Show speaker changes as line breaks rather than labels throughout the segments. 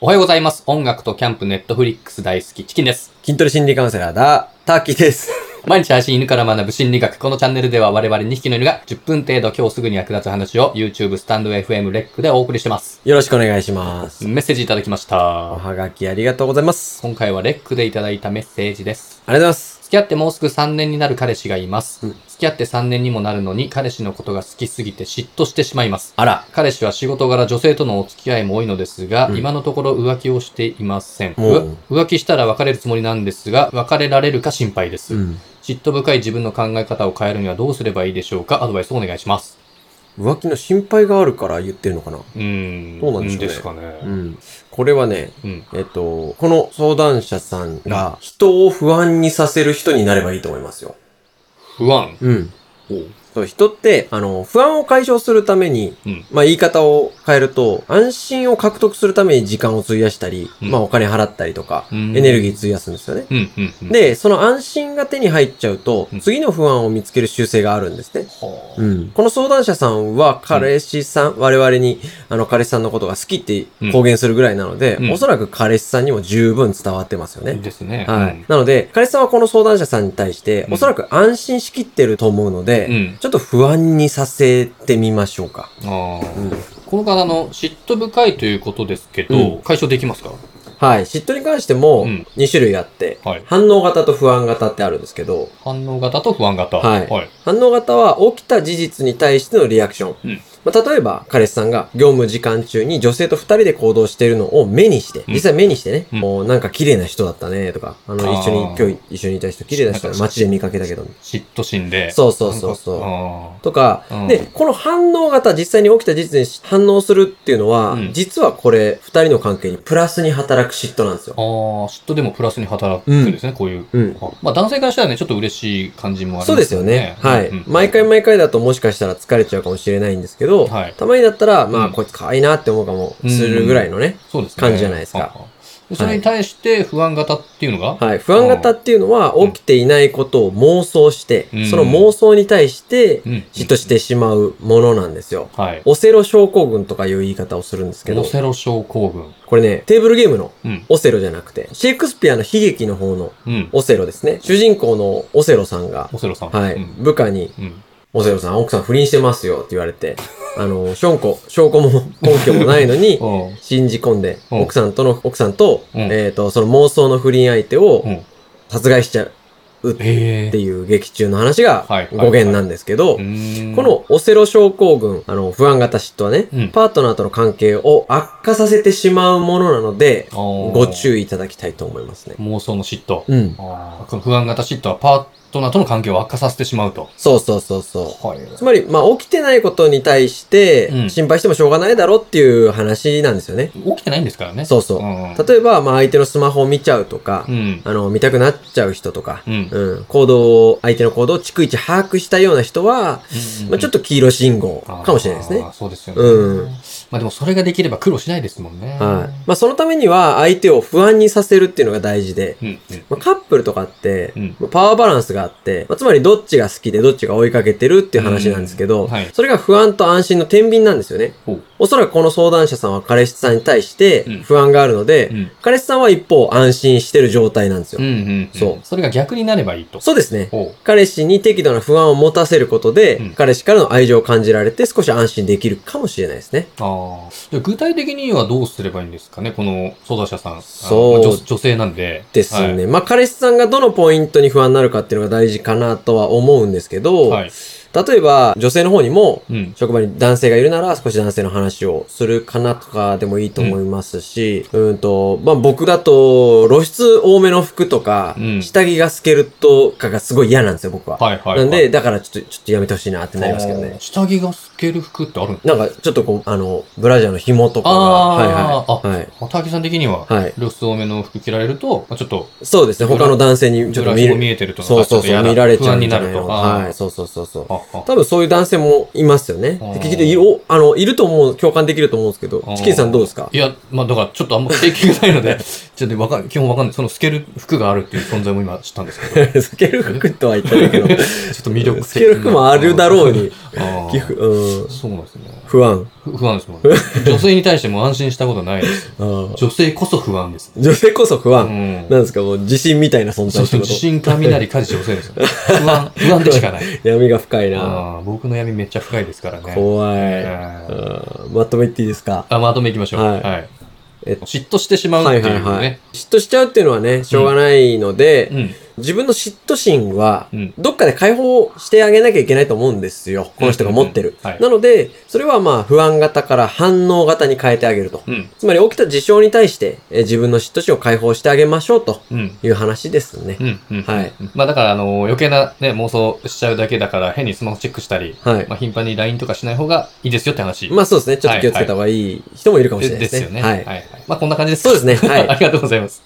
おはようございます。音楽とキャンプ、ネットフリックス大好き、チキンです。
筋トレ心理カウンセラーだ、ターキーです。
毎日配信犬から学ぶ心理学。このチャンネルでは我々2匹の犬が10分程度今日すぐに役立つ話を YouTube、スタンド FM、レックでお送りしてます。
よろしくお願いします。
メッセージいただきまし
お
た。
はがきありがとうございます。
今回はレックでいただいたメッセージです。
ありがとうございます。
付き合ってもうすぐ3年になる彼氏がいます。
うん
付き合って3年にもなるのに彼氏のことが好きすぎて嫉妬してしまいます。
あら、
彼氏は仕事柄女性とのお付き合いも多いのですが、
うん
今のところ浮気をしていません。
お
う
う
浮気したら別れるつもりなんですが、別れられるか心配です。
ん。
嫉妬深い自分の考え方を変えるにはどうすればいいでしょうかアドバイスをお願いします。
浮気の心配があるから言ってるのかな
うーん。
どうなんでしょうね
か
う
ね。
ん。これはね、
うん。
えっと、この相談者さんが人を不安にさせる人になればいいと思いますよ。
不安。
うん。
おう
そう、人って、あの、不安を解消するために、
うん。
まあ言い方を変えると、安心を獲得するために時間を費やしたり、
うん
まあお金払ったりとか、
う
エ
ん
ネルギー費やすんですよね。
うん、うん、うん。、
で、その安心が手に入っちゃうと
うん、
次の不安を見つける習性があるんですね。
はあ
うん、この相談者さんは、彼氏さん、我々に、あの、彼氏さんのことが好きって公言するぐらいなので、
うん
おそらく彼氏さんにも十分伝わってますよね。
ですね。
は
うん
い。なので、彼氏さんはこの相談者さんに対して
う、ん
おそらく安心しきってると思うので、
うん
ちょっと不安にさせてみましょうか。
あー
うん
この方の嫉妬深いということですけど、
うん
解消できますか
はい。嫉妬に関しても
うん、
2種類あって、
はい
反応型と不安型ってあるんですけど、
反応型と不安型。
はい
はい。
反応型は起きた事実に対してのリアクション。
うん
まあ、例えば、彼氏さんが業務時間中に女性と二人で行動しているのを目にして、
うん
実際目にしてね、
うん
もうなんか綺麗な人だったねとか、あの、
あー
一緒に、今日一緒にいた人綺麗な人だね
なんか
街で見かけたけど、
嫉妬心で。
そうそうそうそう
なんか
とか、
うん
で、この反応型、実際に起きた事実に反応するっていうのは、
うん
実はこれ、二人の関係にプラスに働く嫉妬なんですよ
あ。ーあー、嫉妬でもプラスに働くんですね、こういう。
うん。
あまあ男性からしたらね、ちょっと嬉しい感じもあり
そう
ま
ですす
よ
よ
ね
ね。。はい
うん。
毎回毎回だともしかしたら疲れちゃうかもしれないんですけど、
はい
たまにだったら、ま
う
あ、
ん
こいつ可愛いなって思うかもするぐらいのね。
そうですね。
感じじゃないですか
ははでそれに対して不安型っていうのが、
はい。不安型っていうのは、
うん
起きていないことを妄想して
うん、
その妄想に対して
うん、
嫉妬してしまうものなんですよ。
はい。
オセロ症候群とかいう言い方をするんですけ
オ
ど、
セロ症候群。
これね、テーブルゲームの
うん。
オセロじゃなくて、シェイクスピアの悲劇の方の
うん。
オセロですね。主人公のオセロさんが
オ、セロさん。
はい、
うん。
部下に、
うん
オセロさん、奥さん不倫してますよって言われて、あの、証拠、証拠も根拠もないのに、
おう
信じ込んで、
うん
奥さんとの、奥さんと、
うん
えっ、と、その妄想の不倫相手を
うん。
殺害しちゃうって
へえ。
いう劇中の話が
はい
語源なんですけど、こ
こ、
のオセロ症候群、あの、不安型嫉妬はね、
うん
パートナーとの関係を悪化させてしまうものなので、ご
ご
注意いただきたいと思いますね。
妄想の嫉妬。
うん。
あーこの不安型嫉妬はパートナーとの関係を悪化させてしまうと。
そうそうそうそう。
はい。
つまり、まあ、起きてないことに対して
うん、
心配してもしょうがないだろっていう話なんですよね。
起きてないんですからね。
そうそう
うん
例えば、まあ、相手のスマホを見ちゃうとか
う、ん。
あの、見たくなっちゃう人とか、
うん。
うん、行動を、相手の行動を逐一把握したような人は、まあ、ちょっ
と、
と黄色信号かもしれないですね
あー。そうですよね。
うん。
まあでもそれができれば苦労しないですもんね。
はい。まあ、そのためには、相手を不安にさせるっていうのが大事で、
い。うん。うん
まあ、カップルとかって
うん、
まあパワーバランスがあって、まあ、つまりどっちが好きでどっちが追いかけてるっていう話なんですけど、
うんはい
それが不安と安心の天秤なんですよね。
ほう
おそらくこの相談者さんは彼氏さんに対して
うん
不安があるので、
うん
彼氏さんは一方安心してる状態なんですよ。
うんうん。
そ
それが逆になればいいと。
そうですね。
ほう
彼氏に適度な不安を持たせることで、
うん
彼氏からの愛情を感じられて少し安心できるかもしれないですね。
ああ。じゃあ具体的にはどうすればいいんですかね、この相談者さん。あの
そう
まあ女女性なんで。
ですね。
はい。
まあ、彼氏さんがどのポイントに不安になるかっていうのが大事かなとは思うんですけど、
はい。
例えば女性の方にも、
うん。
職場に男性がいるなら少し男性の話をするかなとかでもいいと思いますし、うん、と、まあ、僕だと露出多めの服とか、
うん
下着が透けるとかがすごい嫌なんですよ、僕は。
はいはいはい。
なんで、だからちょっと、ちょっとやめてほしいなってなりますけど
あ
ね
ー。下着が透ける服ってあるの
なんか、ちょっとこう、あの、ブラジャーの紐とか
あー
が、はいはい。はい。
まあ、滝さん的には、
はい
露出多めの服着られると、まあ、ちょっと、
そうですね、他の男性にちょっ
ブ
と
ラ
見
シも
る。
見えてると
そうそうそう、見られちゃうんじゃない
不安になる
の。
と。
はい、
い。
そうそうそうそう。
はは
多分そういう男性もいますよね。
うん
きっといる、おあの、いると思う、共感できると思うんですけど
うん、
チキンさんどうですか
いや、まあだからちょっとあんま経験がないの で、ちょっとわかん基本わかんない。その透ける服があるっていう存在も今知ったんです けど、ちょ
スケル服とは言ってないけど、
っと魅力的な
スケル服もあるだろうに。
あー
寄付うん、
そうなんですね。
不安。
ふ不安です もん。女性に対しても安心したことないです。
あー
女性こそ不安です。
女性こそ不
う
安。
ん。
なんですか、もう自信みたいな
そう
存在って
そう、
こと
自。信か雷かじ女性ですよ。不安、不安でしかない。
闇が深いな。
あー僕の闇めっちゃ深いですからね。
怖い。
えー
うんまとめていいですか
あ、まとめいきましょう。
はい
はい。
え
嫉妬してしまうっ
は
てい
いう
ね。
はいはい。嫉妬しちゃうっていうのはね、しょうがないので、
うん。
自分の嫉妬心は
う、ん。
どっかで解放してあげなきゃいけないと思うんですよ。この人が持ってる。
うんうんうんはい
なので、それはまあ不安型から反応型に変えてあげると。
うん。
つまり起きた事象に対して、えー自分の嫉妬心を解放してあげましょうと
うん。
いう話ですね
う。んうん
はい。
まあだから、あの、余計なね、妄想しちゃうだけだから、変にスマホチェックしたり、
はい
ま。あ頻繁に LINE とかしない方がいいですよって話。
まあそうですね。ちょっと気をつけた方がいい人もいるかもしれない
で
ですす
よね。
ね。
は
はいい。
はい。まあこんな感じです。
そうですね。は
あ
い。
りがとうございます。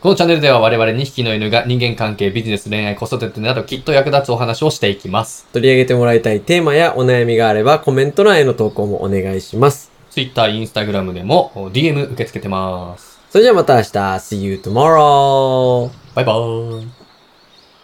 このチャンネルでは我々2匹の犬が人間関係、ビジネス、恋愛、子育てなどきっと役立つお話をしていきます。
取り上げてもらいたいテーマやお悩みがあればコメント欄への投稿もお願いします。
Twitter、Instagram でもお DM 受け付けてます。
それじゃあまた明日。See you tomorrow!
バイバーイ。